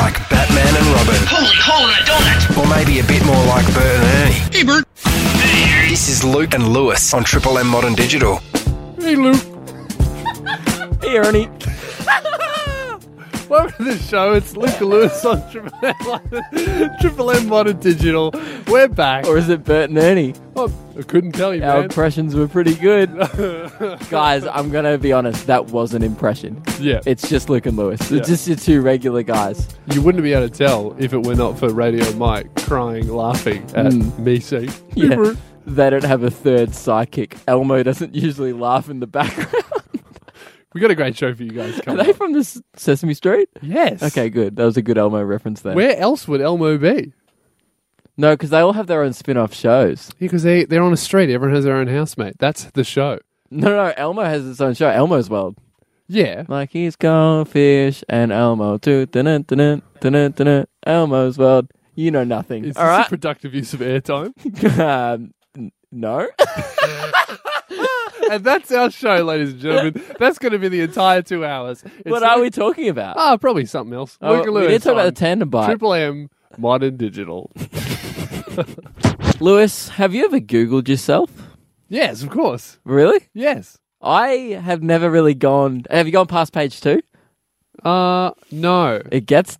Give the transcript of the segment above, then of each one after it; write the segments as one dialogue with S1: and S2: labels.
S1: like Batman and Robin,
S2: Holy holy donut!
S1: or maybe a bit more like Bert and Ernie.
S2: Hey, Bert.
S1: This is Luke and Lewis on Triple M Modern Digital.
S3: Hey, Luke. hey, Ernie. Welcome to the show. It's Luke Lewis on Triple M, Triple M Modern Digital. We're back.
S4: Or is it Bert and Ernie?
S3: Oh, I couldn't tell you,
S4: Our
S3: man.
S4: impressions were pretty good. guys, I'm going to be honest. That was an impression.
S3: yeah,
S4: It's just Luke and Lewis.
S3: Yeah.
S4: It's just your two regular guys.
S3: you wouldn't be able to tell if it were not for Radio Mike crying, laughing at
S4: Mm.
S3: me saying,
S4: Yeah. They don't have a third sidekick. Elmo doesn't usually laugh in the background.
S3: We got a great show for you guys
S4: Are
S3: coming
S4: they
S3: up.
S4: from this Sesame Street?
S3: Yes.
S4: Okay, good. That was a good Elmo reference there.
S3: Where else would Elmo be?
S4: No, because they all have their own spin off shows.
S3: Because they, they're on a street. Everyone has their own housemate. That's the show.
S4: No, no, Elmo has its own show, Elmo's World.
S3: Yeah.
S4: Like he's gone fish and Elmo too. Dun-dun, dun-dun, dun-dun, dun-dun, Elmo's World. You know nothing.
S3: Is
S4: all
S3: this
S4: right.
S3: a productive use of airtime?
S4: um, n- no.
S3: and that's our show, ladies and gentlemen. That's going to be the entire two hours. It's
S4: what are
S3: like-
S4: we talking about?
S3: Ah, probably something else.
S4: Oh,
S3: Luke and
S4: we
S3: Lewis
S4: did talk about
S3: on
S4: the tandem bike.
S3: Triple M Modern Digital.
S4: Lewis, have you ever Googled yourself?
S3: yes, of course.
S4: Really?
S3: Yes.
S4: I have never really gone. Have you gone past page two?
S3: Uh, no.
S4: It gets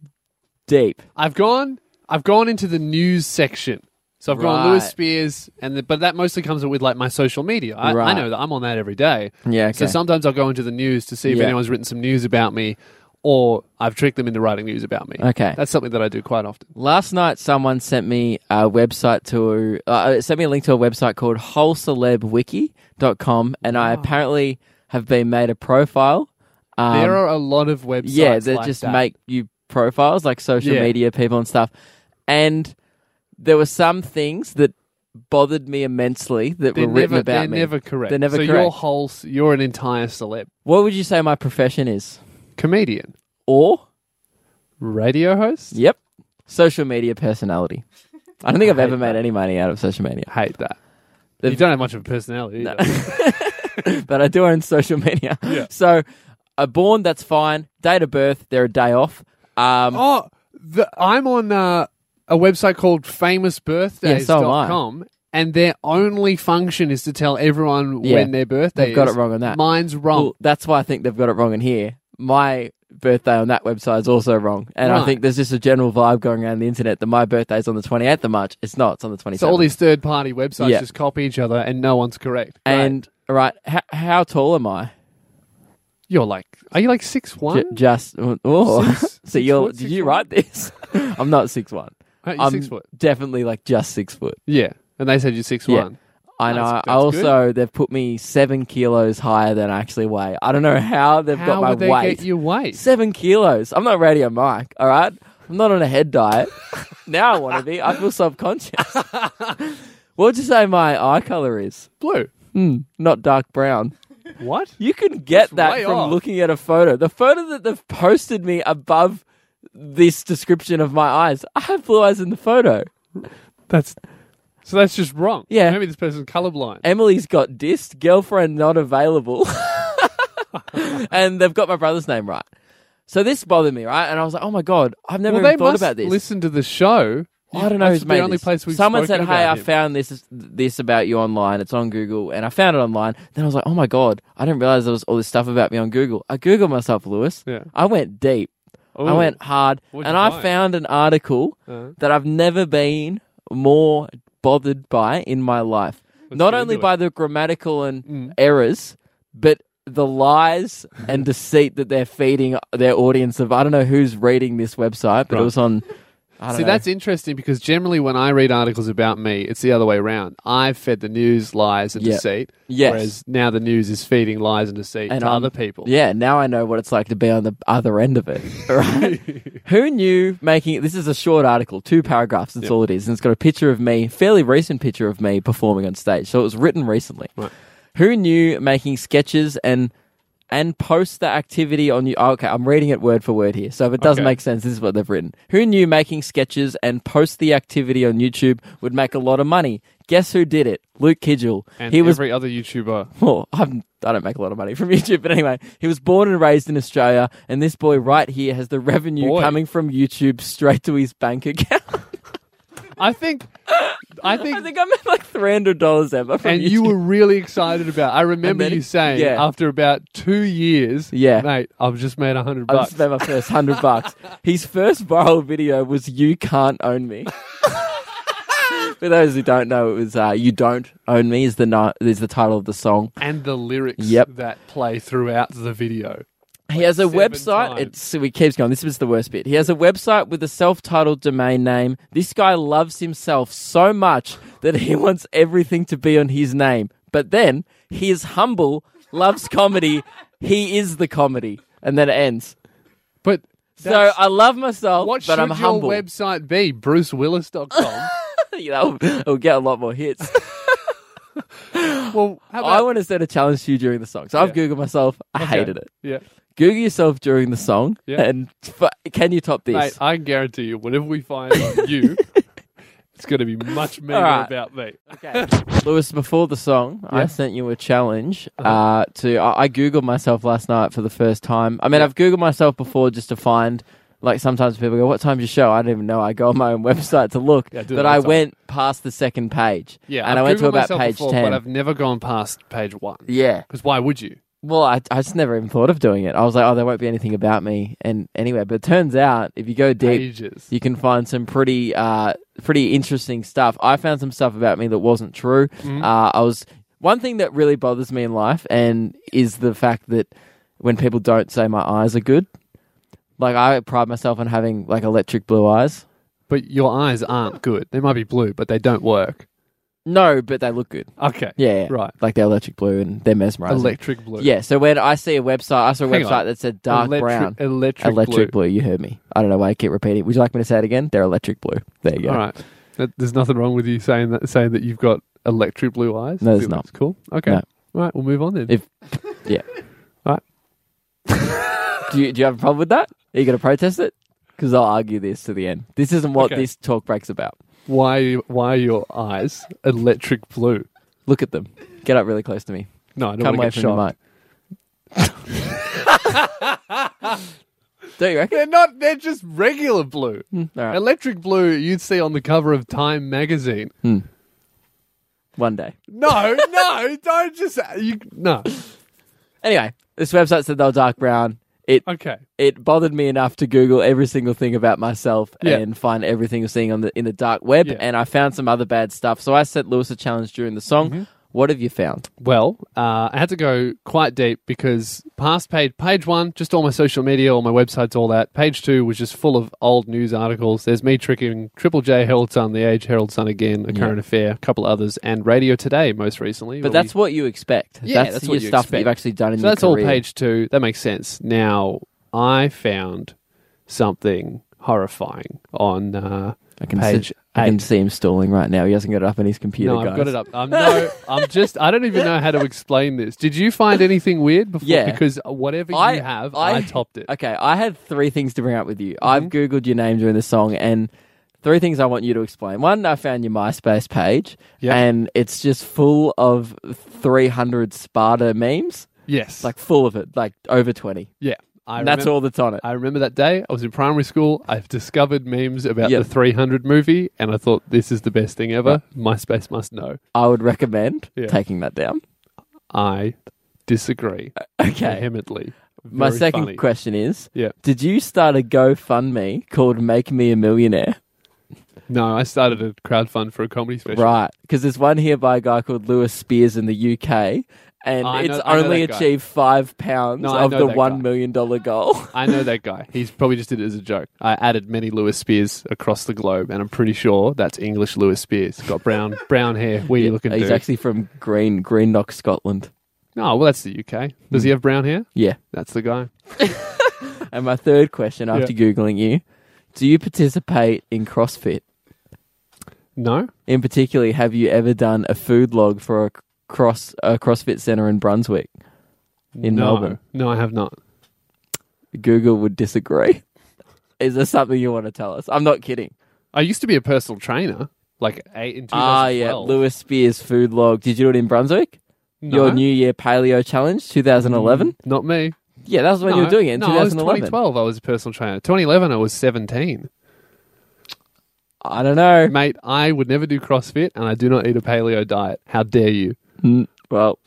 S4: deep.
S3: I've gone. I've gone into the news section. So I've gone Lewis
S4: Right.
S3: Spears, and the, but that mostly comes with like my social media. I, I
S4: Right.
S3: know that I'm on that every day.
S4: Yeah,
S3: So
S4: okay.
S3: sometimes I'll go into the news to see if
S4: Yeah.
S3: anyone's written some news about me, or I've tricked them into writing news about me.
S4: Okay.
S3: that's something that I do quite often.
S4: Last night, someone sent me a website to uh, sent me a link to a website called wholecelebwiki.com, and I apparently have been made a profile. Um,
S3: Ah. there are a lot of websites.
S4: yeah, that
S3: like
S4: just
S3: that.
S4: make you profiles like social
S3: Yeah.
S4: media people and stuff. And there were some things that bothered me immensely that
S3: they're
S4: were written
S3: never,
S4: about
S3: they're
S4: me.
S3: never correct.
S4: They're never
S3: so Your
S4: correct.
S3: whole, s- you're an entire celeb
S4: What would you say my profession is?
S3: comedian,
S4: Or
S3: radio host.
S4: yep, social media personality. I don't think I've
S3: hate
S4: ever made
S3: that.
S4: any money out of social media,
S3: Hate that. you
S4: They've-
S3: don't have much of a personality. either.
S4: but I do own social media.
S3: Yeah.
S4: So, a born that's fine. Date of birth, they're a day off. Um,
S3: Oh, the, I'm on uh, a website called famousbirthdays.com. and their only function is to tell everyone
S4: Yeah.
S3: when their birthday
S4: They've got
S3: is.
S4: it wrong on that.
S3: Mine's wrong.
S4: Well, that's why I think they've got it wrong in here. My birthday on that website is also wrong. And
S3: Right.
S4: I think there's just a general vibe going around the internet that my birthday's on the 28th of March. It's not, it's on the 27th.
S3: so all these third party websites
S4: Yeah.
S3: just copy each other and no one's correct. Great.
S4: and, all right, h- how tall am I?
S3: you're like, are you like six
S4: J-
S3: one?
S4: just, oh.
S3: Six-
S4: so
S3: six
S4: you're,
S3: foot,
S4: did
S3: six
S4: you
S3: foot?
S4: write this? I'm not six one.
S3: Aren't you
S4: I'm
S3: six foot?
S4: definitely like just six foot.
S3: Yeah. And they said you're six
S4: Yeah.
S3: one.
S4: I know.
S3: That's-
S4: I
S3: that's
S4: also, they've put me seven kilos higher than I actually weigh. I don't know how they've
S3: How
S4: got my
S3: would they
S4: weight.
S3: get your weight?
S4: Seven kilos. I'm not Radio Mike, all right? I'm not on a head diet. now I want to be. I feel subconscious. what would you say my eye color is?
S3: Blue.
S4: Hmm, not dark brown.
S3: What?
S4: You can get that
S3: way
S4: from
S3: off.
S4: looking at a photo. The photo that they've posted me above this description of my eyes, I have blue eyes in the photo.
S3: That's so. That's just wrong.
S4: Yeah.
S3: Maybe this person's colorblind.
S4: Emily's got dissed, girlfriend not available. and they've got my brother's name right. So this bothered me, right? And I was like, oh my God, I've never
S3: well,
S4: even
S3: they
S4: thought
S3: must
S4: about this.
S3: listen to the show.
S4: I don't know
S3: That's
S4: who's made
S3: the only
S4: this.
S3: place we've
S4: Someone said,
S3: spoken
S4: "Hey,
S3: about
S4: I
S3: him.
S4: found this this about you online. It's on Google, and I found it online." Then I was like, "Oh my god, I didn't realize there was all this stuff about me on Google." I googled myself, Lewis.
S3: Yeah.
S4: I went deep. I
S3: Ooh.
S4: went hard,
S3: What'd
S4: and
S3: you
S4: I
S3: find?
S4: found an article
S3: Uh-huh.
S4: that I've never been more bothered by in my life. Not
S3: get into
S4: only
S3: it. Mm.
S4: by the grammatical and errors, but the lies and deceit that they're feeding their audience of I don't know who's reading this website, but
S3: Right.
S4: it was on. I don't
S3: See,
S4: know.
S3: that's interesting because generally when I read articles about me, it's the other way around. I've fed the news lies and
S4: Yeah.
S3: deceit.
S4: Yes.
S3: Whereas now the news is feeding lies and deceit to
S4: I'm-
S3: other people.
S4: Yeah, now I know what it's like to be on the other end of it. Right? Who knew making this is a short article, two paragraphs, that's all it is, and it's got a picture of me, fairly recent picture of me performing on stage. So it was written recently. Who knew making sketches and and post the activity on you. oh, okay, I'm reading it word for word here. So if it doesn't
S3: Okay.
S4: make sense, this is what they've written. Who knew making sketches and post the activity on YouTube would make a lot of money? Guess who did it? Luke Kidgel.
S3: And
S4: he was
S3: every other YouTuber.
S4: well, I'm, I don't make a lot of money from YouTube, but anyway, he was born and raised in Australia, and this boy right here has the revenue
S3: Boy.
S4: coming from YouTube straight to his bank account.
S3: I think. I think.
S4: I think I made like three hundred dollars ever from
S3: and
S4: YouTube.
S3: you were really excited about. I remember
S4: then-
S3: you saying
S4: yeah.
S3: after about two years,
S4: Yeah.
S3: mate, I've just made a hundred
S4: I
S3: bucks.
S4: just spent my first hundred bucks. His first viral video was "You Can't Own Me." For those who don't know, it was uh, "You Don't Own Me" is the ni- is the title of the song.
S3: and the lyrics
S4: Yep.
S3: that play throughout the video.
S4: He has a
S3: seven
S4: website.
S3: times.
S4: It's he keeps going. This was the worst bit. He has a website with a self-titled domain name. This guy loves himself so much that he wants everything to be on his name. But then he is humble, loves comedy. He is the comedy, and then it ends.
S3: But
S4: So
S3: that's-
S4: I love myself,
S3: what
S4: but
S3: should
S4: I'm
S3: your
S4: humble.
S3: website be? BruceWillis.com.
S4: That'll, it'll get a lot more hits.
S3: well, how about
S4: I want to set a challenge to you during the song. So I've
S3: Yeah.
S4: googled myself. I hated it.
S3: yeah,
S4: Google yourself during the song,
S3: Yeah.
S4: and f- can you top this?
S3: mate, I guarantee you, whatever we find on you, it's going to be much meaner
S4: right.
S3: about me.
S4: Lewis, before the song, I sent you a challenge
S3: Uh-huh.
S4: uh to. I, I googled myself last night for the first time. I mean, I've googled myself before just to find. Like sometimes people go, "What time's your show?" I don't even know. I go on my own website to look,
S3: Yeah, I do that
S4: but
S3: all
S4: I
S3: the time.
S4: went past the second page.
S3: Yeah, I've
S4: and I went to
S3: Googled
S4: about
S3: myself
S4: page
S3: before,
S4: ten.
S3: but I've never gone past page one.
S4: yeah,
S3: Because why would you?
S4: well, I, I just never even thought of doing it. I was like, "Oh, there won't be anything about me," and anyway. But it turns out, if you go deep,
S3: Pages.
S4: you can find some pretty uh, pretty interesting stuff. I found some stuff about me that wasn't true.
S3: Mm-hmm.
S4: Uh, I was one thing that really bothers me in life, and is the fact that when people don't say my eyes are good. Like I pride myself on having like electric blue eyes.
S3: But your eyes aren't good. They might be blue, but they don't work.
S4: No, but they look good.
S3: Okay.
S4: Yeah, yeah.
S3: Right.
S4: Like they're electric blue and they're mesmerizing.
S3: Electric blue.
S4: yeah. So when I see a website, I saw a
S3: Hang
S4: website
S3: on.
S4: that said dark
S3: Electric-
S4: brown.
S3: Electric,
S4: Electric blue. You heard me. I don't know why I keep repeating. it. Would you like me to say it again? They're electric blue. There you go.
S3: All right. That- There's nothing wrong with you saying that saying that you've got electric blue eyes.
S4: No,
S3: I
S4: there's
S3: think
S4: not.
S3: that's Cool. Okay.
S4: No.
S3: All right. We'll move on then.
S4: If- Yeah.
S3: All right.
S4: do you do you have a problem with that? Are you going to protest it? Because I'll argue this to the end. This isn't what
S3: Okay.
S4: this talk break's about.
S3: why why are your eyes electric blue?
S4: Look at them. Get up really close to me.
S3: No, I don't
S4: Come
S3: want to
S4: away
S3: get
S4: from the
S3: shot.
S4: mic. Don't you reckon? Hmm,
S3: They're not. They're just regular blue.
S4: All right.
S3: Electric blue you'd see on the cover of Time magazine.
S4: Hmm. One day.
S3: No, no, don't just you. No.
S4: Anyway, this website said they were dark brown. It
S3: Okay.
S4: it bothered me enough to Google every single thing about myself
S3: Yeah.
S4: and find everything I'm seeing on the in the dark web.
S3: Yeah.
S4: And I found some other bad stuff. So I set Lewis a challenge during the song.
S3: Mm-hmm.
S4: What have you found?
S3: Well, uh, I had to go quite deep because past page page one, just all my social media, all my websites, all that. Page two was just full of old news articles. There's me tricking Triple J, Herald Sun, The Age, Herald Sun again, A Current Affair, a couple others, and Radio Today most recently.
S4: But
S3: where
S4: that's
S3: we-
S4: what you expect.
S3: Yeah,
S4: that's,
S3: that's
S4: your
S3: what you
S4: stuff that
S3: expect.
S4: you've actually done in
S3: so
S4: your
S3: that's all
S4: career.
S3: page two. That makes sense. Now I found something horrifying on uh,
S4: I can
S3: page
S4: see, I can
S3: eight.
S4: see him stalling right now. He hasn't got it up on his computer.
S3: No,
S4: guys.
S3: I've got it up. I'm no, I'm just. I don't even know how to explain this. Did you find anything weird before?
S4: Yeah.
S3: Because whatever
S4: I-
S3: you have,
S4: I-
S3: I topped it.
S4: Okay, I had three things to bring up with you.
S3: Mm-hmm.
S4: I've googled your name during the song, and three things I want you to explain. One, I found your MySpace page,
S3: Yeah.
S4: and it's just full of three hundred Sparta memes,
S3: Yes.
S4: like full of it, like over twenty.
S3: Yeah. I
S4: And that's
S3: remem-
S4: all that's on it.
S3: I remember that day. I was in primary school. I've discovered memes about
S4: Yeah.
S3: the 300 movie, and I thought this is the best thing ever. MySpace must know.
S4: I would recommend
S3: Yeah.
S4: taking that down.
S3: I disagree
S4: Okay.
S3: vehemently.
S4: My
S3: Very
S4: second
S3: funny.
S4: question is:
S3: Yeah.
S4: Did you start a GoFundMe called "Make Me a Millionaire"?
S3: No, I started a crowdfund for a comedy special.
S4: Right, because there's one here by a guy called Lewis Spears in the UK, and
S3: I know-
S4: it's
S3: I know
S4: only
S3: that guy.
S4: achieved five pounds
S3: No, I
S4: of
S3: know
S4: the
S3: that
S4: one
S3: guy.
S4: million dollar goal.
S3: I know that guy. He's probably just did it as a joke. I added many Lewis Spears across the globe, and I'm pretty sure that's English Lewis Spears. Got brown brown hair. Weird looking
S4: He's
S3: dude.
S4: actually from Green Greenock, Scotland.
S3: No, Oh, well, that's the UK. Does
S4: Hmm.
S3: he have brown hair?
S4: Yeah.
S3: That's the guy.
S4: And my third question after googling you: Do you participate in CrossFit?
S3: No?
S4: In particular, have you ever done a food log for a cross a CrossFit center in Brunswick? in
S3: no,
S4: Melbourne.
S3: No, I have not.
S4: Google would disagree. Is there something you want to tell us? I'm not kidding.
S3: I used to be a personal trainer, like eight in 2012.
S4: Ah, yeah. Lewis Spears food log. Did you do it in Brunswick?
S3: No,
S4: Your New Year Paleo Challenge 2011?
S3: Not me.
S4: Mm-hmm. Yeah, that was when
S3: no,
S4: you were doing it in
S3: no, I was
S4: 2011.
S3: 2012. I was a personal trainer. 2011, I was 17.
S4: I don't know.
S3: Mate, I would never do CrossFit, and I do not eat a paleo diet. How dare you?
S4: Mm, Well,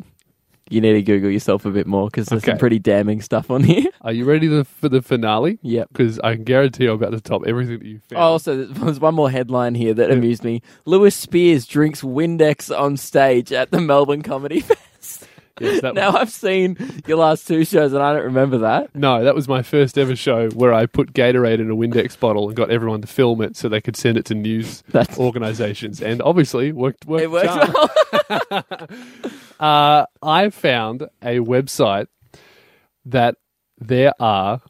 S4: you need to Google yourself a bit more because there's some
S3: Okay.
S4: pretty damning stuff on here.
S3: Are you ready to, for the finale?
S4: Yep.
S3: Because I can guarantee I'm about to top everything that you found.
S4: Oh, also, there's one more headline here that amused me. Lewis Spears drinks Windex on stage at the Melbourne Comedy Fest.
S3: Yes, that
S4: Oh, now,
S3: was-
S4: I've seen your last two shows and I don't remember that.
S3: no, that was my first ever show where I put Gatorade in a Windex bottle and got everyone to film it so they could send it to news
S4: That's-
S3: organizations. And obviously, worked. worked
S4: It works
S3: charm.
S4: well.
S3: Uh, I found a website that there are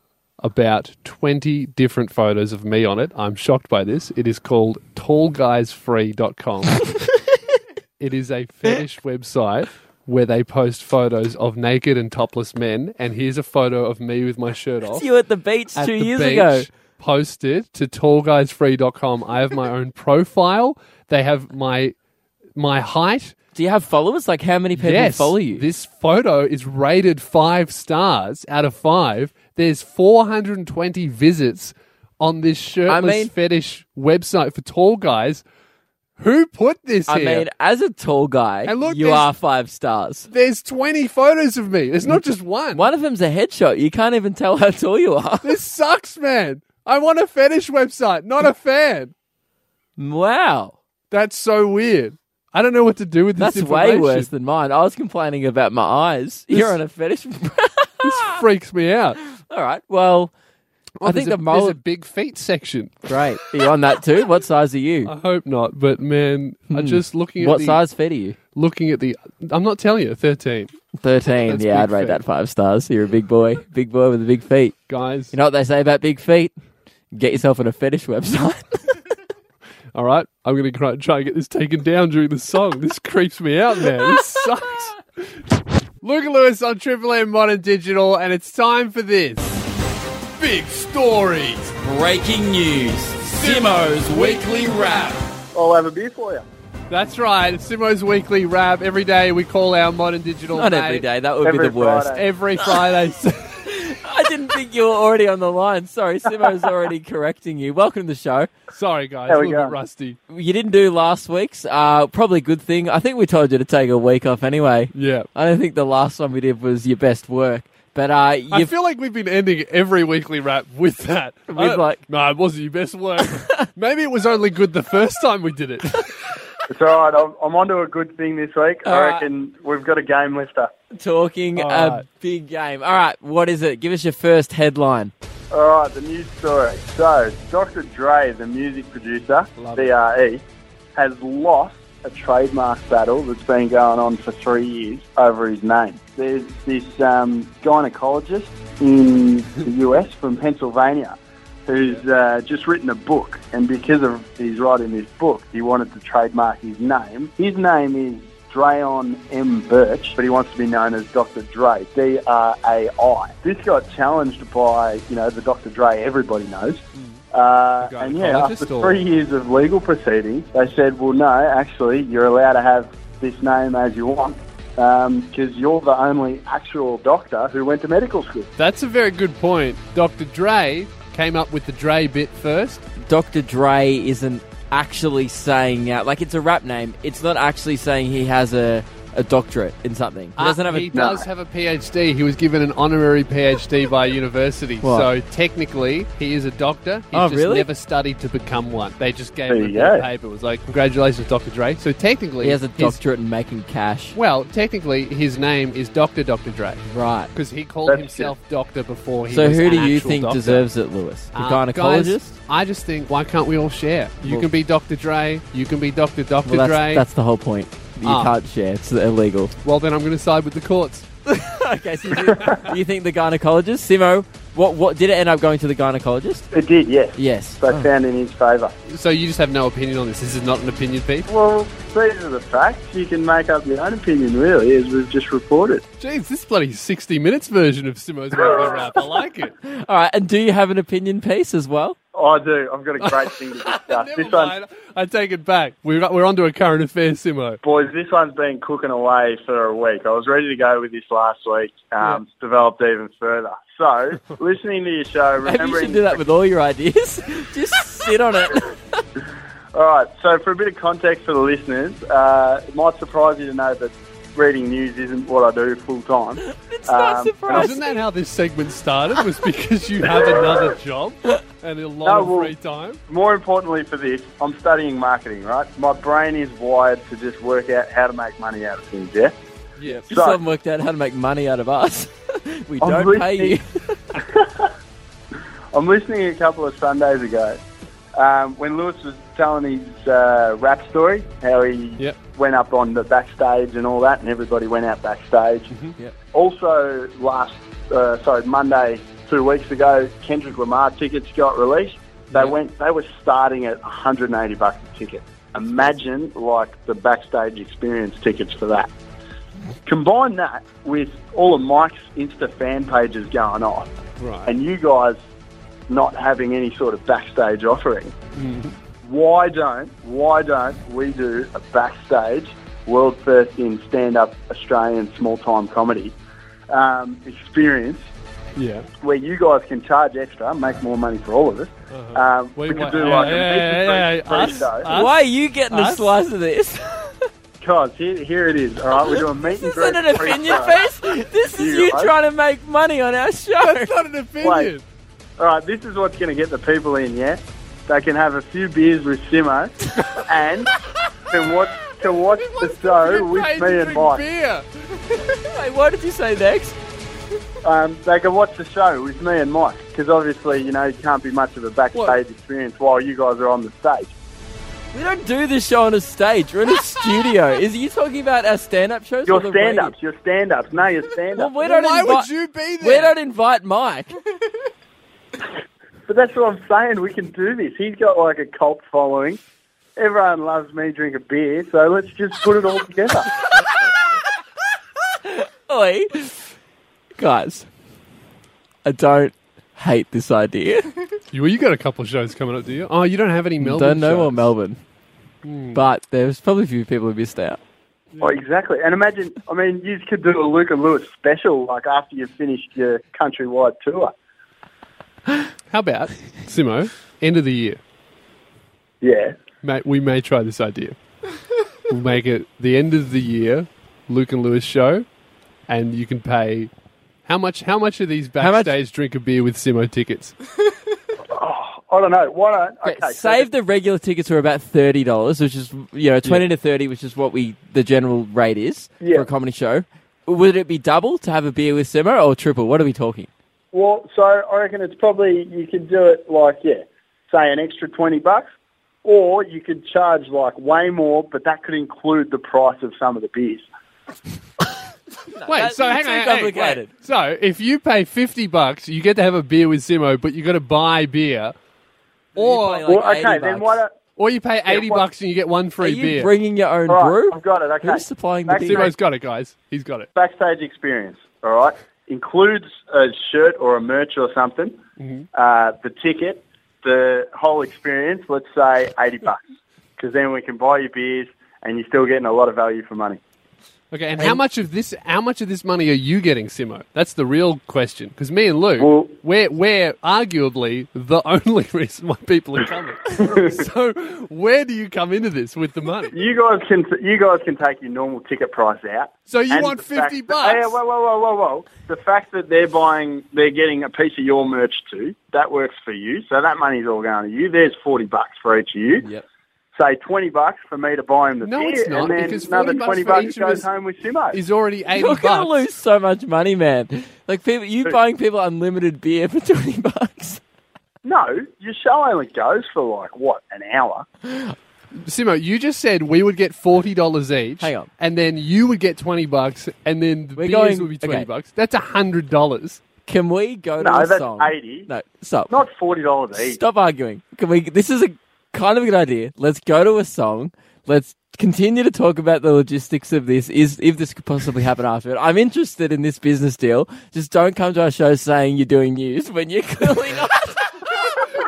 S3: about 20 different photos of me on it. I'm shocked by this. It is called tallguysfree.com. it is a fetish website where they post photos of naked and topless men. And here's a photo of me with my shirt off.
S4: you at the beach
S3: at
S4: two
S3: the
S4: years
S3: beach,
S4: ago.
S3: Posted to tallguysfree.com. I have my own profile. They have my my height.
S4: Do you have followers? Like, how many people follow you?
S3: This photo is rated five stars out of five. There's 420 visits on this shirtless
S4: mean-
S3: fetish website for tall guys. Who put this
S4: I
S3: here?
S4: mean, as a tall guy,
S3: And look,
S4: you
S3: there's-
S4: are five stars.
S3: There's 20 photos of me. There's not just one.
S4: One of them's a headshot. You can't even tell how tall you are.
S3: This sucks, man. I want a fetish website, not a fan.
S4: Wow.
S3: That's so weird. I don't know what to do with this
S4: That's way
S3: information.
S4: worse than mine. I was complaining about my eyes. You're on a fetish.
S3: This freaks me out.
S4: All right. Well,
S3: Oh,
S4: I think
S3: there's a,
S4: the
S3: there's a
S4: mullet.
S3: big feet section.
S4: Great. Are you on that too? What size are you?
S3: I hope not, but man, I just looking at
S4: Hmm. what
S3: the,
S4: size feet are you?
S3: looking at the I'm not telling you, 13.
S4: 13.
S3: That's
S4: yeah, I'd
S3: big
S4: rate
S3: feet.
S4: that five stars. You're a big boy. Big boy with the big feet.
S3: Guys,
S4: You know what they say about big feet? Get yourself on a fetish website.
S3: all right, I'm going to try and get this taken down during the song. this creeps me out, man. This sucks. Luke and Lewis on Triple M Modern Digital, and it's time for this. Big stories.
S2: Breaking news. Simo's weekly wrap.
S5: I'll have a beer for you.
S3: That's right, it's Simo's weekly wrap. Every day we call our Modern Digital.
S4: Not
S3: mate.
S4: every day. That would be
S5: Every
S4: the worst.
S5: Friday.
S3: Every Friday.
S4: I didn't think you were already on the line. Sorry, Simo's already correcting you. Welcome to the show.
S3: Sorry, guys,
S5: There
S3: a
S5: we
S3: little
S5: go.
S3: bit rusty.
S4: You didn't do last week's. Uh, probably good thing. I think we told you to take a week off anyway.
S3: Yeah.
S4: I don't think the last one we did was your best work, but uh,
S3: I
S4: you've
S3: feel like we've been ending every weekly wrap with that.
S4: With
S3: I don't-
S4: like-
S3: no, it wasn't your best work. Maybe it was only good the first time we did it.
S5: It's all right. I'm, I'm onto a good thing this week.
S4: All
S5: I
S4: right.
S5: reckon we've got a game lifter.
S4: talking
S3: All
S4: a
S3: right.
S4: big game. All right, what is it? Give us your first headline.
S5: All right, the news story. So, Dr. Dre, the music producer, E,
S3: Love it.
S5: DRE, has lost a trademark battle that's been going on for three years over his name. There's this um, gynecologist in the US from Pennsylvania who's uh, just written a book, and because of he's writing this book, he wanted to trademark his name. His name is Drayon M. Birch, but he wants to be known as Dr. Dre, D R A I. This got challenged by, you know, the Dr. Dre everybody knows. Uh,
S3: Mm. The
S5: and yeah, after
S3: gynecologist or-
S5: three years of legal proceedings, they said, well, no, actually, you're allowed to have this name as you want because you're the only actual doctor who went to medical school.
S3: That's a very good point. Dr. Dre came up with the Dre bit first.
S4: Dr. Dre isn't actually saying out like it's a rap name. It's not actually saying he has a, a doctorate in something. He doesn't have
S3: Uh, he
S4: a.
S3: does have a PhD. He was given an honorary PhD by a university.
S4: What?
S3: So technically, he is a doctor. He's
S4: Oh,
S3: just
S4: really?
S3: never studied to become one. They just gave
S5: There
S3: him a
S5: you
S3: bit of
S5: go.
S3: paper. It was like, congratulations, Dr. Dre. So technically,
S4: He has a
S3: his-
S4: doctorate in making cash.
S3: well, technically, his name is Dr. Dr. Dre.
S4: Right.
S3: Because he called
S5: That's
S3: himself Doctor before he
S4: So
S3: was
S4: who
S3: an
S4: do you
S3: actual
S4: think
S3: doctor.
S4: deserves it, Lewis? The
S3: Um,
S4: gynecologist?
S3: guys, I just think, why can't we all share? You
S4: Well-
S3: can be Dr. Dre, you can be Dr. Dr.
S4: well, that's,
S3: Dre.
S4: that's the whole point. You
S3: Ah.
S4: can't share. It's illegal.
S3: Well, then I'm going to side with the courts.
S4: okay, so do you, you think the gynecologist, Simo? What what did it end up going to the gynecologist?
S5: It did, yes.
S4: Yes.
S5: They found in his favour.
S3: So you just have no opinion on this. This is not an opinion piece.
S5: Well, these are the facts. You can make up your own opinion, really, as we've just reported.
S3: Jeez, this bloody 60 minutes version of Simo's Weekly Wrap. I like it.
S4: All right, and do you have an opinion piece as well?
S5: Oh, I do. I've got a great thing to discuss.
S3: Never
S5: this one,
S3: mind. I take it back. We're, we're onto a current affair, Simo.
S5: boys, this one's been cooking away for a week. I was ready to go with this last week. Um, it's Developed even further. So, listening to your show,
S4: Maybe you
S5: remembering
S4: should do that with all your ideas. Just sit on it.
S5: All right, so for a bit of context for the listeners, uh, it might surprise you to know that reading news isn't what I do full time.
S4: It's not
S5: Um,
S3: Isn't
S4: surprising.
S3: that how this segment started? Was because you have another job and a lot
S5: No,
S3: of
S5: well-
S3: free time?
S5: More importantly for this, I'm studying marketing, right? My brain is wired to just work out how to make money out of things, yeah?
S3: Yes.
S4: You
S5: so-
S4: still haven't worked out how to make money out of us. we
S5: I'm
S4: don't pay you.
S5: listening. I'm listening a couple of Sundays ago um, when Lewis was telling his uh, rap story, how he
S3: Yep.
S5: went up on the backstage and all that, and everybody went out backstage.
S4: Yep.
S5: Also, last uh, sorry Monday two weeks ago, Kendrick Lamar tickets got released. They
S3: Yep.
S5: went. They were starting at 180 bucks a ticket. Imagine like the backstage experience tickets for that. Combine that with all of Mike's Insta fan pages going off
S3: Right.
S5: and you guys not having any sort of backstage offering. Why don't why don't we do a backstage world first in stand up Australian small time comedy um, experience
S3: yeah.
S5: where you guys can charge extra, make more money for all of us. Um,
S3: Wait,
S5: we could
S3: what-
S5: do
S3: Uh-huh. yeah,
S5: like
S3: yeah, yeah,
S5: a
S3: yeah,
S5: meet and greet
S3: us-
S5: pre-show.
S3: us-
S4: Why are you getting a
S3: Us?
S4: slice of this?
S5: Guys, here, here it is. All right, we're doing meet and
S4: This
S5: greet.
S4: isn't an opinion
S5: pre-show.
S4: piece. This is
S5: You
S4: you
S5: guys.
S4: trying to make money on our show.
S3: That's not an opinion.
S5: All right, this is what's going to get the people in, yeah? They can have a few beers with Simo and can watch, to watch the show with me and Mike.
S3: Beer.
S4: Wait, what did you say next?
S5: Um, they can watch the show with me and Mike because obviously, you know, it can't be much of a backstage
S3: What?
S5: experience while you guys are on the stage.
S4: We don't do this show on a stage. We're in a studio. Is you talking about our stand-up shows?
S5: Your
S4: or the
S5: stand
S4: radio?
S5: ups, your stand ups. No, your stand
S4: Well,
S5: ups.
S4: we don't
S3: Why
S4: invite.
S3: would you be
S4: we
S3: there?
S4: don't invite Mike.
S5: But that's what I'm saying. We can do this. He's got like a cult following. Everyone loves me drink a beer, so let's just put it all together.
S4: Oi. Guys, I don't hate this idea.
S3: You, well, you got a couple of shows coming up, do you? Oh, you don't have any Melbourne
S4: don't know
S3: shows.
S4: what Melbourne, but there's probably a few people who missed out.
S5: Oh, exactly. And imagine, I mean, you could do a Luke and Lewis special, like after you've finished your countrywide tour.
S3: How about, Simo, end of the year,
S5: Yeah.
S3: mate, we may try this idea. we'll make it the end of the year, Luke and Lewis show, and you can pay. How much? How much are these
S4: much-
S3: backstage drink a beer with Simo tickets?
S5: I don't know. Why don't? Okay. so
S4: Save the regular tickets are about thirty dollars, which is you know twenty to thirty, which is what we the general rate is
S5: Yeah.
S4: for a comedy show. Would it be double to have a beer with Simmer or triple? What are we talking?
S5: Well, so I reckon it's probably you could do it like yeah, say an extra twenty bucks, or you could charge like way more, but that could include the price of some of the beers.
S3: Wait,
S4: that-
S3: so
S4: it's
S3: hang
S4: too
S3: on, hang on, wait.
S4: complicated.
S3: So if you pay fifty bucks, you get to have a beer with Simo, but you got to buy beer, or
S4: pay, like,
S5: well, okay,
S4: 80
S5: then
S4: bucks.
S5: why don't?
S3: or you pay eighty
S5: what-
S3: bucks and you get one
S4: Are
S3: free
S4: you
S3: beer.
S4: bringing your own
S5: All right,
S4: brew?
S5: I've got it. Okay.
S4: Who's supplying the
S5: Back-
S4: beer?
S3: Simo's got it, guys. He's got it.
S5: backstage experience, all right, includes a shirt or a merch or something,
S4: Mm-hmm.
S5: uh, the ticket, the whole experience, let's say 80 bucks, because then we can buy your beers and you're still getting a lot of value for money.
S3: Okay, and how much of this? How much of this money are you getting, Simo? That's the real question. Because me and Luke,
S5: Well-
S3: we're we're arguably the only reason why people are coming. so where do you come into this with the money?
S5: You guys can you guys can take your normal ticket price out.
S3: So you
S5: And
S3: want
S5: the fact
S3: 50
S5: that-
S3: bucks?
S5: Hey, whoa, whoa, whoa, whoa, whoa! The fact that they're buying, they're getting a piece of your merch too. That works for you. So that money's all going to you. There's forty bucks for each of you.
S4: Yep.
S5: say twenty bucks for me to buy him the
S3: No,
S5: beer,
S3: it's
S5: and
S3: not,
S5: then
S3: because
S5: another
S3: 40 bucks
S5: twenty
S3: for
S5: bucks
S3: each of
S5: goes
S3: us
S5: home with Simo.
S3: Is already eighty
S4: You're
S3: bucks.
S4: gonna lose so much money, man. Like people, you buying people unlimited beer for twenty bucks.
S5: no, your show only goes for like what an hour.
S3: Simo, you just said we would get forty dollars each.
S4: Hang on.
S3: and then you would get twenty bucks, and then the
S4: We're
S3: beers
S4: going-
S3: would be twenty
S4: okay.
S3: bucks. That's hundred dollars.
S4: Can we go to
S5: No,
S4: a
S5: that's
S4: song?
S5: 80.
S4: No, stop.
S5: Not forty dollars each.
S4: Stop arguing. Can we? This is a kind of a good idea. Let's go to a song. Let's continue to talk about the logistics of this. Is if this could possibly happen after it. I'm interested in this business deal. Just don't come to our show saying you're doing news when you're clearly not.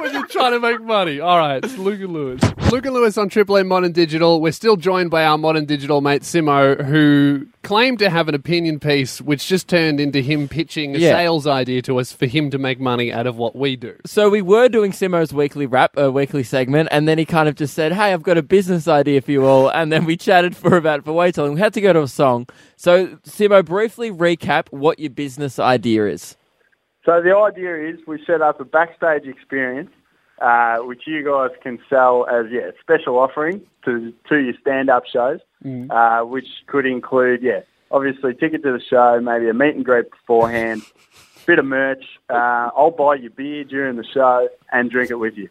S3: when you're trying to make money. All right, it's Luke and Lewis. Luke and Lewis on Triple M Modern Digital. We're still joined by our Modern Digital mate Simo, who claimed to have an opinion piece, which just turned into him pitching a
S4: Yeah.
S3: sales idea to us for him to make money out of what we do.
S4: so we were doing Simo's weekly wrap, uh, weekly segment, and then he kind of just said, "Hey, I've got a business idea for you all," and then we chatted for about for way too long. We had to go to a song. So Simo, briefly recap what your business idea is.
S5: So the idea is we set up a backstage experience, uh, which you guys can sell as yeah special offering to to your stand up shows, uh, which could include yeah obviously ticket to the show, maybe a meet and greet beforehand, bit of merch. Uh, I'll buy you beer during the show and drink it with you.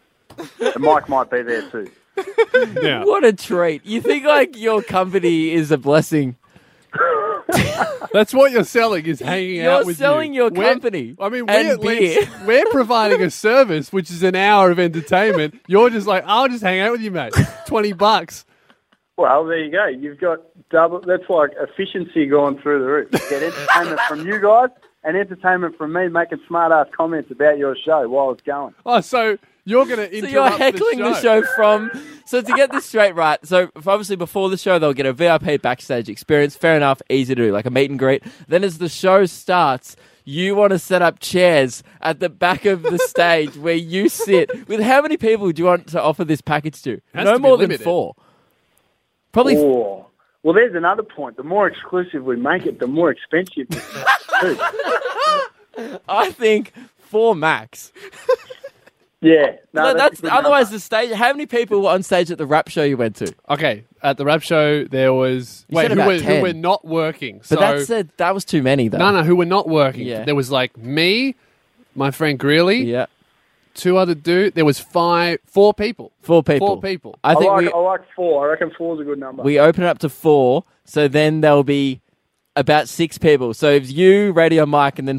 S5: And Mike might be there too.
S3: Yeah.
S4: What a treat! You think like your company is a blessing.
S3: That's what you're selling is hanging
S4: You're
S3: out with
S4: selling
S3: you.
S4: your
S3: We're-
S4: company
S3: I mean,
S4: and
S3: we're, at least- we're providing a service, which is an hour of entertainment. You're just like, I'll just hang out with you, mate. 20 bucks.
S5: Well, there you go. You've got double. That's like efficiency going through the roof. You Get entertainment from you guys and entertainment from me making smart ass comments about your show while it's going.
S3: Oh, so you're going to
S4: So you're
S3: interrupt
S4: heckling the show. from. So to get this straight right, so if obviously before the show they'll get a VIP backstage experience. Fair enough, easy to do, like a meet and greet. Then as the show starts, you want to set up chairs at the back of the stage where you sit. With how many people do you want to offer this package to?
S3: Has
S4: no
S3: to be
S4: more than
S3: limited.
S4: four. Probably. f-
S5: Oh. Well, there's another point. The more exclusive we make it, the more expensive it is too.
S4: I think four max.
S5: Yeah.
S4: No, that's,
S5: a good
S4: otherwise
S5: number.
S4: the stage. How many people were on stage at the rap show you went to?
S3: Okay, at the rap show there was
S4: You
S3: wait
S4: said
S3: who
S4: about
S3: were, who
S4: 10.
S3: were not working. So
S4: But that said, that was too many though.
S3: no, no, who were not working.
S4: Yeah.
S3: There was like me, my friend Greeley,
S4: Yeah,
S3: two other dude. There was five, four people.
S4: four people.
S3: Four people.
S4: I
S5: I,
S4: think
S5: like,
S4: we
S5: I like four. I reckon four's a good number.
S4: we open it up to four, so then there'll be about six people. So if you, Radio Mike, and then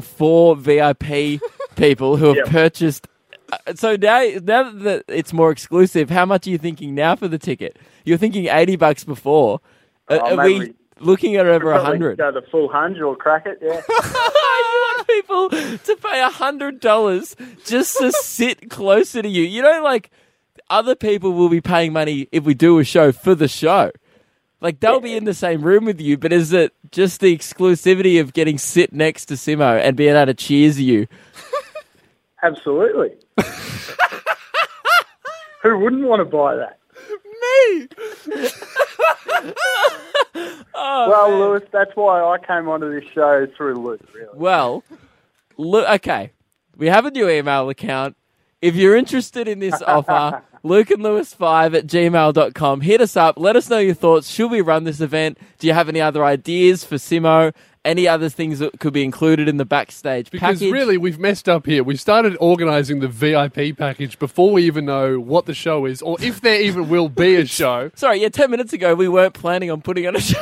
S4: four VIP people who have
S5: Yep.
S4: purchased. uh, So now, now that it's more exclusive, how much are you thinking now for the ticket? You're thinking eighty bucks before. Uh,
S5: Oh,
S4: are we
S5: maybe.
S4: looking at over a
S5: Probably
S4: hundred?
S5: Go the full hundred or crack it. Yeah.
S4: you want people to pay a hundred dollars just to sit closer to you. You know, like other people will be paying money if we do a show for the show. Like they'll be in the same room with you, but is it just the exclusivity of getting sit next to Simo and being able to cheers you?
S5: Absolutely. Who wouldn't want to buy that?
S4: Oh,
S5: well, Lewis, that's why I came onto this show through Luke, really.
S4: Well, look, okay, we have a new email account. If you're interested in this offer, Luke and Lewis5 at gmail.com. Hit us up. Let us know your thoughts. Should we run this event? Do you have any other ideas for Simo? Any other things that could be included in the backstage
S3: Because
S4: package?
S3: really, we've messed up here. We started organising the VIP package before we even know what the show is, or if there even will be a show.
S4: Sorry, yeah, 10 minutes ago we weren't planning on putting on a show.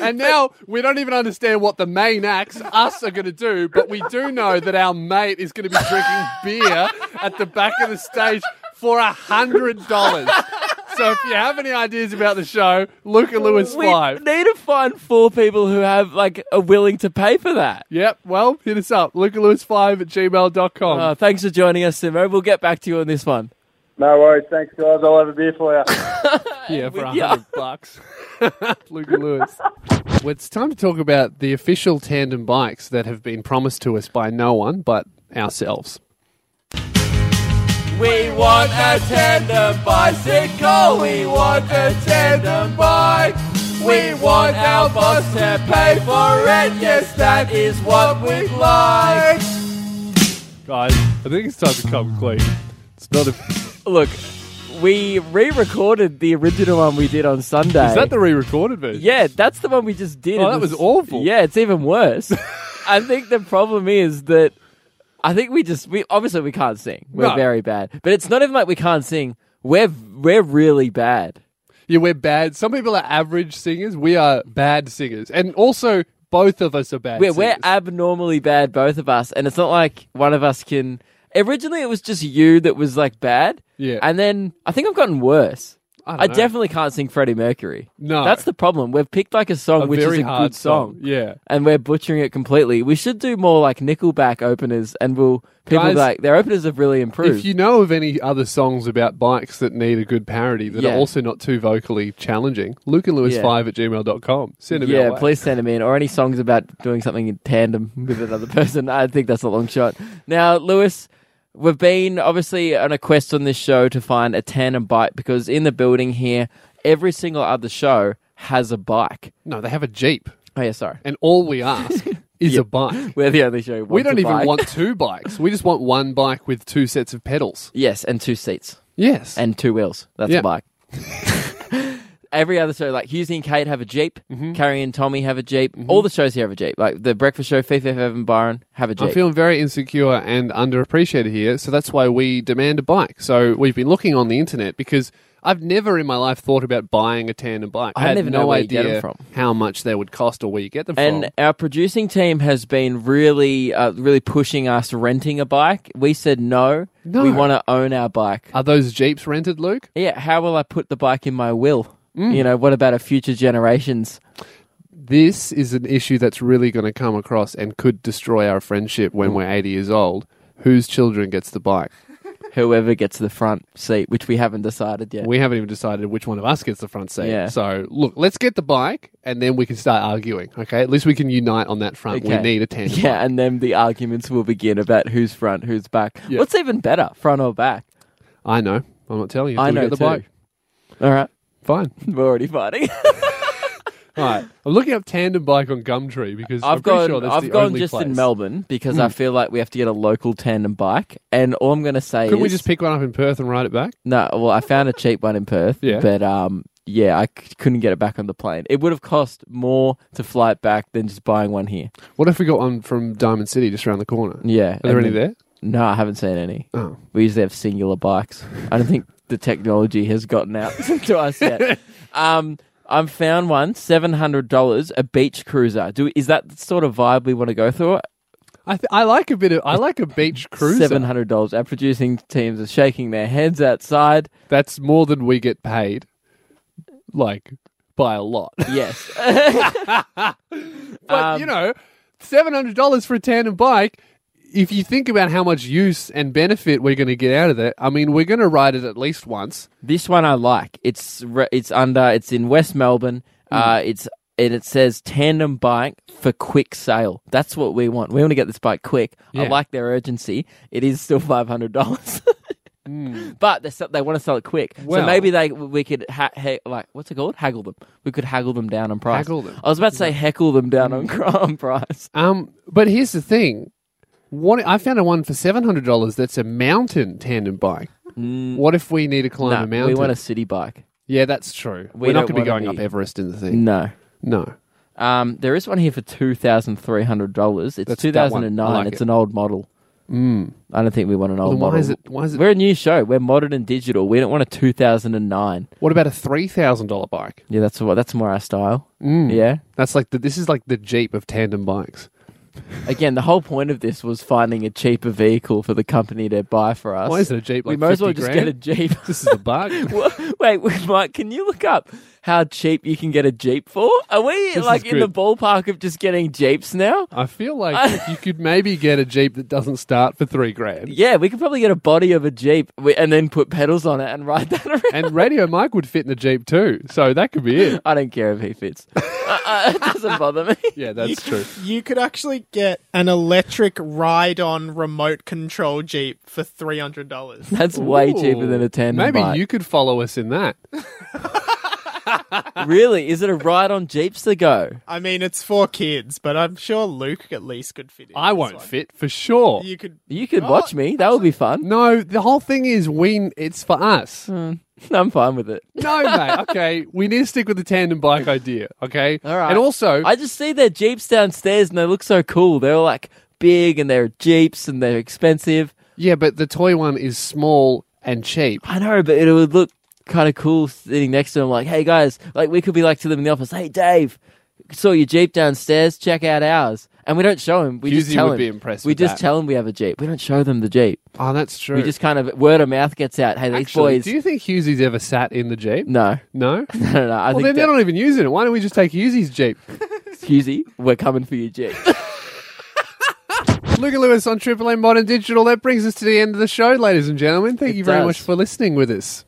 S3: And now we don't even understand what the main acts, us, are going to do. But we do know that our mate is going to be drinking beer at the back of the stage for a hundred dollars. So if you have any ideas about the show, Luca Lewis
S4: we
S3: five.
S4: need to find four people who have, like, are willing to pay for that.
S3: Yep, well, hit us up. LucaLewis5 at gmail.com.
S4: Uh, thanks for joining us, Simo. We'll get back to you on this one.
S5: No worries. Thanks, guys. I'll have a beer for you.
S3: yeah, for a
S4: yeah.
S3: hundred bucks. Luca Lewis. Well, it's time to talk about the official tandem bikes that have been promised to us by no one but ourselves.
S4: We want a tandem bicycle. We want a tandem bike. We want our boss to pay for it. Yes, that is what we'd like.
S3: Guys, I think it's time to come clean. It's not a
S4: Look, we re-recorded the original one we did on Sunday.
S3: Is that the re-recorded version?
S4: Yeah, that's the one we just did.
S3: Oh,
S4: It
S3: that was awful.
S4: Yeah, it's even worse. I think the problem is that I think we just we obviously we can't sing. We're
S3: No.
S4: very bad. But it's not even like we can't sing. We're we're really bad.
S3: Yeah, we're bad. Some people are average singers. We are bad singers, and also both of us are bad.
S4: We're,
S3: singers.
S4: we're abnormally bad, both of us, and it's not like one of us can. Originally, it was just you that was like bad.
S3: Yeah.
S4: and then I think I've gotten worse.
S3: I,
S4: I,
S3: don't know.
S4: definitely can't sing Freddie Mercury.
S3: No.
S4: that's the problem. We've picked like a song
S3: A
S4: which
S3: very
S4: is a
S3: hard
S4: good song,
S3: Yeah,
S4: and we're butchering it completely. We should do more like Nickelback openers, and we'll people
S3: Guys,
S4: like their openers have really improved.
S3: If you know of any other songs about bikes that need a good parody that
S4: Yeah.
S3: are also not too vocally challenging, Luke and Lewis
S4: Yeah.
S3: 5 at gmail.com. Send them
S4: yeah,
S3: our way.
S4: please send them in, or any songs about doing something in tandem with another person. I think that's a long shot. Now, Lewis, we've been obviously on a quest on this show to find a tandem bike because in the building here, every single other show has a bike.
S3: No, they have a Jeep,
S4: Oh yeah, sorry,
S3: and all we ask is a bike.
S4: we're the only show. Who
S3: We
S4: wants
S3: don't
S4: a
S3: even
S4: bike.
S3: want two bikes. We just want one bike with two sets of pedals.
S4: Yes, and two seats
S3: Yes.
S4: and two wheels. That's
S3: Yeah.
S4: a bike. Every other show, like Husey and Kate have a Jeep,
S3: Mm-hmm.
S4: Carrie and Tommy have a Jeep. All the shows here have a Jeep. Like the Breakfast Show, Fifi, Evan, Byron have a Jeep.
S3: I'm feeling very insecure and underappreciated here, so that's why we demand a bike. So we've been looking on the internet because I've never in my life thought about buying a tandem bike.
S4: I
S3: had
S4: never
S3: no
S4: know where you
S3: idea
S4: get 'em from.
S3: how much they would cost or where you get them
S4: And
S3: from.
S4: our producing team has been really, uh, really pushing us renting a bike. We said no.
S3: No. Uh,
S4: We want to own our bike.
S3: Are those Jeeps rented, Luke?
S4: yeah. How will I put the bike in my will?
S3: Mm.
S4: You know, what about a future generations?
S3: This is an issue that's really going to come across and could destroy our friendship
S4: Mm.
S3: when we're 80 years old. Whose children gets the bike?
S4: Whoever gets the front seat, which we haven't decided yet.
S3: We haven't even decided which one of us gets the front seat.
S4: Yeah.
S3: So, look, let's get the bike and then we can start arguing, okay? At least we can unite on that front. We
S4: Okay.
S3: need a tandem. bike.
S4: yeah, and then the arguments will begin about who's front, who's back.
S3: Yeah.
S4: What's even better, front or back?
S3: I know. I'm not telling you.
S4: I
S3: till we
S4: know
S3: get the
S4: too.
S3: bike.
S4: All right,
S3: Fine.
S4: we're already fighting.
S3: All right. I'm looking up tandem bike on Gumtree because I'm
S4: I've
S3: pretty
S4: gone.
S3: sure that's
S4: I've
S3: the
S4: gone
S3: only
S4: just
S3: place. Mm.
S4: in Melbourne because I feel like we have to get a local tandem bike. And all I'm going to say
S3: Couldn't
S4: is,
S3: we just pick one up in Perth and ride it back?
S4: No, well, I found a cheap one in Perth.
S3: Yeah.
S4: But um, yeah, I c- couldn't get it back on the plane. It would have cost more to fly it back than just buying one here.
S3: What if we got one from Diamond City just around the corner?
S4: Yeah.
S3: Are there
S4: and
S3: any
S4: then-
S3: there?
S4: No, I haven't seen any.
S3: Oh.
S4: We usually have singular bikes. I don't think the technology has gotten out to us yet. Um, I've found one, seven hundred dollars, a beach cruiser. Do is that the sort of vibe we want to go through?
S3: I, th- I like a bit of I like a beach cruiser.
S4: Seven hundred dollars. Our producing teams are shaking their heads outside.
S3: That's more than we get paid, like by a lot.
S4: Yes.
S3: but
S4: Um,
S3: you know, seven hundred dollars for a tandem bike. If you think about how much use and benefit we're going to get out of that, I mean, we're going to ride it at least once.
S4: This one I like. It's re- it's under. It's in West Melbourne.
S3: Hmm.
S4: Uh, it's and it says tandem bike for quick sale. That's what we want. We want to get this bike quick. I
S3: Yeah.
S4: like their urgency. It is still five hundred dollars, but they sell- they want to sell it quick.
S3: Hmm. Well-
S4: so maybe they we could ha- ha- like what's it called? Haggle them. We could haggle them down on price.
S3: Haggle them. Hmm.
S4: I was about to say heckle them down on, cr- on price.
S3: Um, but here's the thing. What I found a one for seven hundred dollars. That's a mountain tandem bike. What if we need to climb
S4: No,
S3: a mountain?
S4: Mm. we want a city bike.
S3: yeah, that's true. We
S4: We
S3: are not
S4: don't
S3: going to be
S4: wanna
S3: going
S4: be-
S3: up Everest in the thing.
S4: No.
S3: No.
S4: Um, there is one here for two thousand three hundred dollars. It's
S3: That's
S4: two
S3: that
S4: thousand
S3: one.
S4: and
S3: I
S4: nine.
S3: like
S4: it's
S3: it.
S4: an old model. Mm. I don't think we want an old
S3: Then why
S4: model.
S3: is it? Why is it?
S4: We're a new show. We're modern and digital. We don't want a two thousand and nine.
S3: What about a three thousand dollar bike?
S4: Yeah, that's what. That's more our style.
S3: Mm.
S4: Yeah.
S3: That's like the, this is like the Jeep of tandem bikes.
S4: Again, the whole point of this was finding a cheaper vehicle for the company to buy for us.
S3: Why is it a Jeep
S4: we
S3: like
S4: might as well
S3: 50
S4: just
S3: grand?
S4: get a jeep.
S3: This is a bargain.
S4: Wha- Wait, wait, Mike, can you look up how cheap you can get a jeep for? Are we
S3: is
S4: like in the
S3: good.
S4: ballpark of just getting jeeps now?
S3: I feel like you could maybe get a Jeep that doesn't start for three grand.
S4: Yeah, we could probably get a body of a Jeep wi- and then put pedals on it and ride that around.
S3: And Radio Mike would fit in a Jeep too, so that could be it.
S4: I don't care if he fits. uh, uh, it doesn't bother me.
S3: Yeah, that's true.
S6: You could actually get an electric ride on remote control Jeep for $300.
S4: That's way cheaper than a
S3: Ooh.
S4: tandem
S3: Maybe
S4: bike.
S3: you could follow us in that.
S4: really? Is it a ride on Jeeps to go?
S6: I mean, it's for kids, but I'm sure Luke at least could fit in.
S3: I
S6: this
S3: won't
S6: one.
S3: fit for sure.
S6: You could.
S4: You could
S3: Oh.
S4: watch me. That would be fun.
S3: No, the whole thing is we. It's for us.
S4: Hmm. I'm fine with it.
S3: No, mate. Okay, we need to stick with the tandem bike idea. Okay.
S4: All right.
S3: And also,
S4: I just see their Jeeps downstairs and they look so cool. They're like big and they're Jeeps and they're expensive.
S3: yeah, but the toy one is small and cheap.
S4: I know, but it would look kind of cool sitting next to him, like, hey guys, like we could be like to them in the office, hey Dave, saw your Jeep downstairs, check out ours. And we don't show him. We just
S3: Husey
S4: tell
S3: would
S4: him.
S3: be impressed
S4: we
S3: with
S4: just
S3: that.
S4: tell him we have a Jeep. We don't show them the Jeep.
S3: Oh, that's true.
S4: We just kind of word of mouth gets out. Hey, these
S3: Actually,
S4: boys.
S3: Do you think Husey's ever sat in the Jeep?
S4: No,
S3: No?
S4: no, no. no. I
S3: well, then
S4: think
S3: they're
S4: that,
S3: not even using it. Why don't we just take Husey's Jeep?
S4: Husey, we're coming for your Jeep.
S3: Luca Lewis on Triple M Modern Digital. That brings us to the end of the show, ladies and gentlemen. Thank
S4: It
S3: you very
S4: does.
S3: much for listening with us.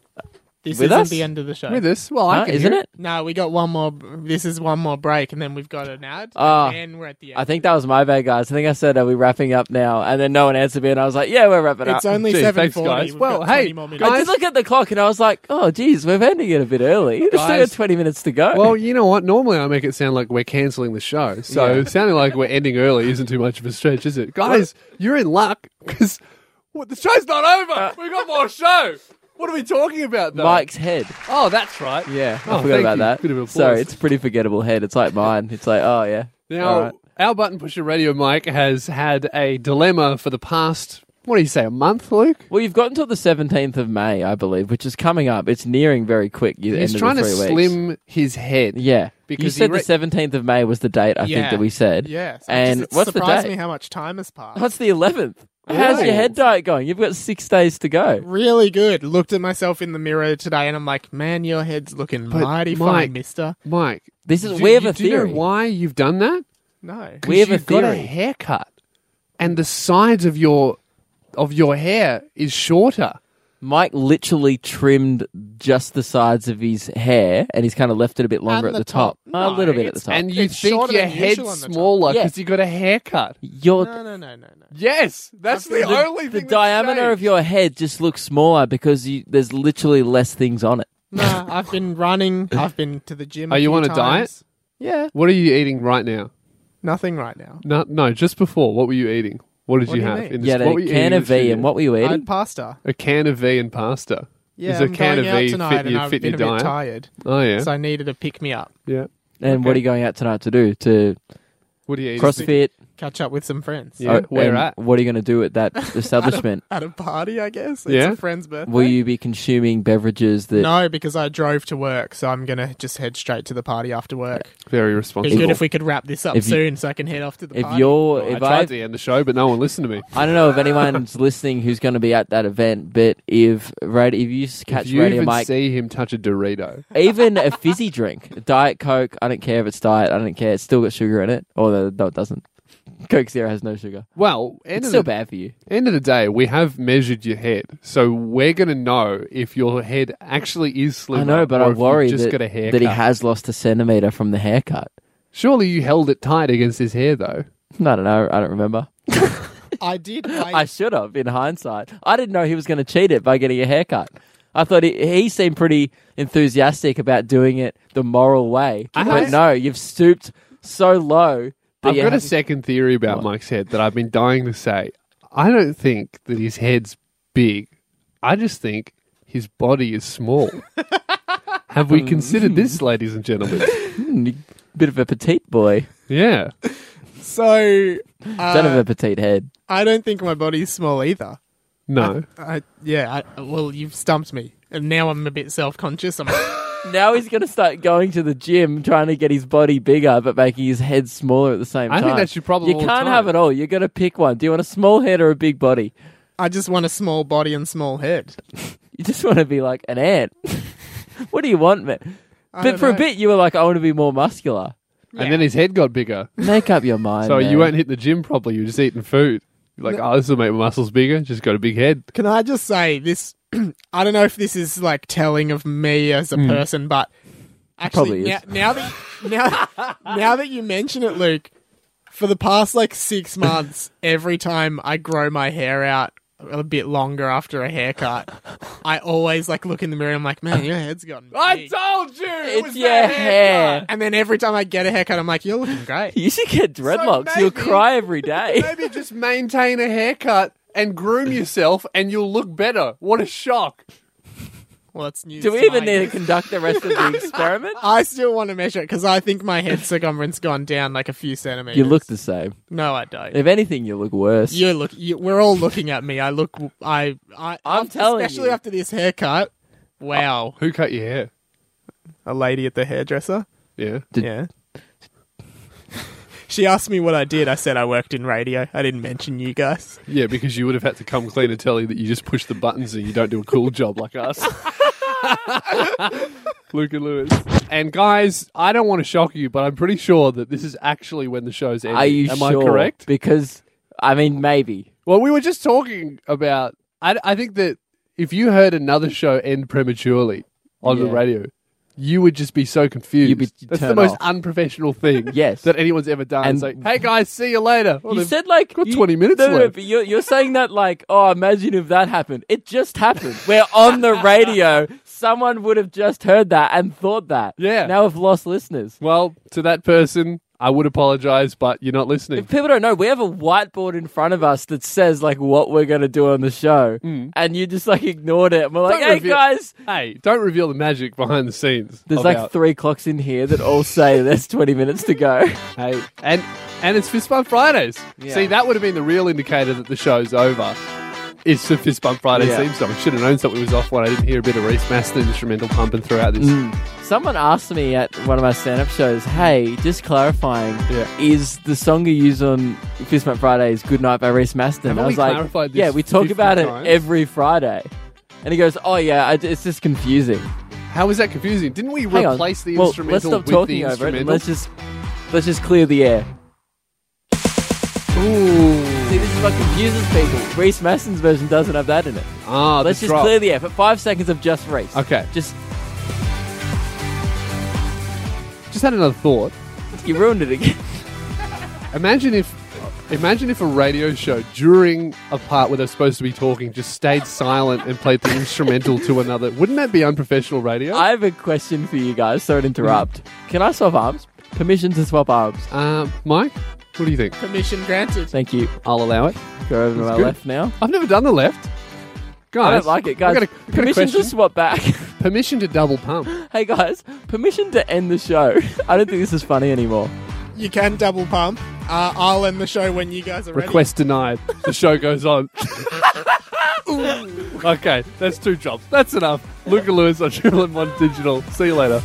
S6: This
S4: With
S6: isn't
S4: us?
S6: the end of the show.
S3: With us? Well, I
S4: Huh?
S3: can
S4: Isn't
S3: hear
S4: it?
S6: No, we got one more. This is one more break, and then we've got an ad,
S4: Ah.
S6: and then we're at the end.
S4: I think that was my bad, guys. I think I said, are we wrapping up now? And then no one answered me, and I was like, yeah, we're wrapping
S6: it's
S4: up.
S6: only
S3: Gee,
S6: seven
S3: thanks,
S6: forty.
S3: guys. Well, hey,
S4: I did look at the clock, and I was like, oh, geez, we're ending it a bit early. There's still got
S3: Guys.
S4: 20 minutes to go.
S3: Well, you know what? Normally I make it sound like we're cancelling the show. So
S4: Yeah.
S3: sounding like we're ending early isn't too much of a stretch, is it? Guys, you're in luck because the show's not
S4: Uh,
S3: over. We've got more show. What are we talking about, though?
S4: Mike's head.
S3: Oh, that's right.
S4: Yeah,
S3: Oh,
S4: I
S3: thank
S4: forgot about
S3: you.
S4: that.
S3: Bit of applause.
S4: Sorry, it's a pretty forgettable head. It's like mine. It's like, oh yeah.
S3: Now,
S4: All right.
S3: our button pusher radio mic has had a dilemma for the past, what do you say, a month, Luke?
S4: Well, you've got until the seventeenth of May, I believe, which is coming up. It's nearing very quick. You
S3: He's
S4: end
S3: trying
S4: of
S3: to
S4: the three weeks.
S3: slim his head.
S4: Yeah,
S3: Because
S4: you
S3: he
S4: said
S3: re-
S4: the seventeenth of May was the date. I
S6: Yeah.
S4: think that we said.
S6: Yes,
S4: and
S6: it
S4: what's the
S6: surprised
S4: date?
S6: me how much time has passed.
S4: What's the eleventh? How's
S3: Whoa.
S4: your head diet going? You've got six days to go.
S6: really good. Looked at myself in the mirror today, and I'm like, man, your head's looking
S3: But,
S6: mighty
S3: Mike-
S6: fine, Mister.
S3: Mike,
S4: This is
S3: do,
S4: we have
S3: you,
S4: a
S3: do you
S4: theory.
S3: know why you've done that?
S6: No,
S3: 'Cause
S4: We have a
S3: you've got a
S4: theory.
S3: haircut, and the sides of your of your hair is shorter.
S4: Mike literally trimmed just the sides of his hair, and he's kind of left it a bit longer
S6: And
S4: at the
S6: the top.
S4: top, a little bit at the
S6: Nice.
S4: top.
S3: and you
S6: It's
S3: think
S6: shorter
S3: your
S6: than
S3: head's
S6: usual on the top.
S3: smaller
S4: Oh. Yeah.
S3: because you got a haircut.
S4: your
S6: no, no, no, no, no.
S3: Yes, that's the, only
S4: the
S3: thing. that's
S4: diameter of
S3: changed.
S4: your head just looks smaller because you, there's literally less things on it.
S6: Nah, I've been running. I've been to the gym.
S3: Are
S6: a
S3: Oh, you
S6: few
S3: on a
S6: times.
S3: diet?
S6: Yeah,
S3: What are you eating right now?
S6: nothing right now.
S3: No, no, just before. What were you eating? What did
S6: What
S3: you
S6: do you
S3: have?
S6: mean?
S3: in the-
S4: Yeah,
S3: what were
S4: the
S3: you
S4: can
S3: eating
S4: of
S3: this
S4: V
S3: year?
S4: and what were you
S6: I
S4: eating?
S6: had pasta.
S3: A can of V and pasta.
S6: Yeah,
S3: Is a
S6: I'm
S3: can
S6: going
S3: of
S6: out
S3: V
S6: tonight,
S3: fit
S6: and
S3: your
S6: I've
S3: fit
S6: been
S3: your
S6: a bit
S3: diet?
S6: tired,
S3: Oh yeah,
S6: so I needed a pick me up.
S3: yeah.
S4: and what are you going out tonight to do? To
S3: What are you eating?
S4: CrossFit?
S6: Catch up with some friends.
S3: Yeah,
S4: Oh,
S3: where
S4: and
S3: at?
S4: What are you going to do at that establishment?
S6: At a party, I guess. It's
S3: Yeah.
S6: a friend's birthday.
S4: Will you be consuming beverages that?
S6: No, because I drove to work, so I'm gonna just head straight to the party after work.
S3: Very
S6: Be
S3: responsible.
S6: good if we could wrap this up
S4: If you-
S6: soon, so I can head off to the
S4: If
S6: party.
S4: you're,
S3: I
S4: if
S3: tried
S4: I,
S3: to end the show, but no one listened to me.
S4: I don't know if anyone's listening who's going to be at that event, but if radio, if you s- catch
S3: if you
S4: radio
S3: even
S4: Mike,
S3: see him touch a Dorito,
S4: even a fizzy drink, Diet Coke, I don't care if it's diet, I don't care, it's still got sugar in it, although no, it doesn't. Coke Zero has no sugar.
S3: well, end
S4: It's
S3: of,
S4: still
S3: the,
S4: bad for you.
S3: end of the day, we have measured your head, so we're going to know if your head actually is slimmer.
S4: I know, but
S3: or
S4: I
S3: if you
S4: worry
S3: just
S4: that,
S3: got a haircut.
S4: that he has lost a centimeter from the haircut.
S3: Surely you held it tight against his hair, though.
S4: I don't know. I don't remember.
S6: I did.
S4: I
S6: I,
S4: should have, in hindsight. I didn't know he was going to cheat it by getting a haircut. I thought he, he seemed pretty enthusiastic about doing it the moral way.
S3: I
S4: but
S3: have-
S4: no, you've stooped so low. That
S3: I've
S4: you
S3: got a
S4: haven't-
S3: second theory about Mike's head that I've been dying to say. I don't think that his head's big. I just think his body is small. have we considered this, ladies and gentlemen?
S4: Hmm, bit of a petite boy.
S3: Yeah.
S6: so
S4: don't have
S6: uh,
S4: a petite head.
S6: I don't think my body's small either.
S3: No.
S6: I, yeah. I, well, you've stumped me, and now I'm a bit self-conscious. I'm like,
S4: Now he's going to start going to the gym, trying to get his body bigger, but making his head smaller at the same
S3: I
S4: time.
S3: think that's your problem
S4: You
S3: all the
S4: can't
S3: time.
S4: have it all. You're going to pick one. Do you want a small head or a big body?
S6: I just want a small body and small head.
S4: You just want to be like an ant. what do you want, man? But
S6: don't
S4: for a
S6: know.
S4: bit, you were like, I want to be more muscular.
S3: And then his head got bigger.
S4: Make up your mind.
S3: So you
S4: man.
S3: won't hit the gym properly. You're just eating food. You're like, oh, this will make my muscles bigger. Just got a big head.
S6: Can I just say this? I don't know if this is like telling of me as a person, but actually,
S4: Hmm. Probably
S6: now,
S4: is.
S6: now that now, now that you mention it, Luke, for the past like six months, every time I grow my hair out a bit longer after a haircut, I always like look in the mirror. and I'm like, man, your head's gotten big.
S3: told you!
S4: It's your hair.
S6: And then every time I get a haircut, I'm like, you're looking great.
S4: You should get dreadlocks. You'll
S3: maybe-
S4: cry every day.
S3: Maybe just maintain a haircut and groom yourself and you'll look better. What a shock.
S6: Well, that's news.
S4: Do we
S6: to
S4: even
S6: my
S4: need to
S6: ears.
S4: conduct the rest of the experiment?
S6: I still want to measure it because I think my head circumference gone down like a few centimeters.
S4: You look the same.
S6: No, I don't.
S4: If anything, you look worse.
S6: you look. You, we're all looking at me. I look. I. I
S4: I'm telling
S6: Especially
S4: you.
S6: after this haircut. Wow.
S3: Who cut your hair?
S6: A lady at the hairdresser.
S3: Yeah.
S4: Did-
S6: Yeah. She asked me what I did. I said I worked in radio. I didn't mention you guys.
S3: Yeah, because you would have had to come clean and tell you that you just push the buttons and you don't do a cool job like us. Luke and Lewis. And guys, I don't want to shock you, but I'm pretty sure that this is actually when the show's ending.
S4: Are you
S3: Am
S4: sure?
S3: I correct?
S4: Because I mean, maybe.
S3: Well, we were just talking about. I, I think that if you heard another show end prematurely on the
S4: Yeah.
S3: radio, you would just be so confused.
S4: You'd be
S3: That's the
S4: turned
S3: most
S4: off.
S3: unprofessional thing
S4: Yes.
S3: that anyone's ever done.
S4: And-
S3: it's like, hey guys, see you later. Well,
S4: you
S3: they've
S4: said like
S3: got
S4: you-
S3: 20 minutes
S4: no, no, no,
S3: left.
S4: but you're, you're saying that like, oh, imagine if that happened. It just happened. We're on the radio. Someone would have just heard that and thought that.
S3: Yeah.
S4: Now we've lost listeners.
S3: Well, to that person, I would apologize, but you're not listening.
S4: If people don't know, we have a whiteboard in front of us that says like what we're gonna do on the show, and you just like ignored it. And we're like,
S3: Hmm. Don't
S4: hey
S3: reveal-
S4: guys,
S3: Hey, don't reveal the magic behind the scenes.
S4: there's like
S3: about-
S4: three clocks in here that all say there's 20 minutes to go.
S3: hey, and and it's Fist Bump Fridays.
S4: Yeah.
S3: See, that would have been the real indicator that the show's over. It's the Fist Bump Friday
S4: Yeah.
S3: theme song. I should have known something was off when I didn't hear a bit of Reese Master instrumental pumping throughout this.
S4: Mm. Someone asked me at one of my stand-up shows, "Hey, just clarifying,
S3: Yeah.
S4: is the song you use on Fist Bump Fridays "Good Night" by Reese Maston?"
S3: Haven't
S4: I was
S3: we
S4: like,
S3: clarified this
S4: "Yeah, we talk
S3: 50
S4: about
S3: times?
S4: it every Friday." And he goes, "Oh yeah, I, it's just confusing."
S3: How is that confusing? Didn't we
S4: Hang on.
S3: replace the
S4: well,
S3: instrumental
S4: let's stop
S3: with
S4: talking
S3: the
S4: over it. And
S3: instrumental?
S4: let's just let's just clear the air. See,
S3: Ooh.
S4: this is what confuses people. Reese Maston's version doesn't have that in it.
S3: Ah,
S4: let's
S3: the
S4: just
S3: drop.
S4: clear the air for five seconds of just Reese.
S3: Okay.
S4: just
S3: Just had another thought.
S4: you ruined it again.
S3: Imagine if. Imagine if a radio show during a part where they're supposed to be talking just stayed silent and played the instrumental to another. Wouldn't that be unprofessional radio?
S4: I have a question for you guys. Sorry to interrupt. Can I swap arms? Permission to swap arms.
S3: Uh, Mike, what do you think?
S6: Permission granted.
S4: Thank you.
S3: I'll allow it.
S4: Go over to
S3: That's
S4: my
S3: good.
S4: left now.
S3: I've never done the left. Guys,
S4: I don't like it,
S3: I
S4: guys.
S3: got a, I got a
S4: permission
S3: question.
S4: to swap back.
S3: Permission to double pump.
S4: hey, guys. Permission to end the show. I don't think this is funny anymore.
S6: You can double pump. Uh, I'll end the show when you guys are ready.
S3: Request denied. The show goes on. okay, that's two jobs. That's enough. Luca Lewis on Triple M One Digital. See you later.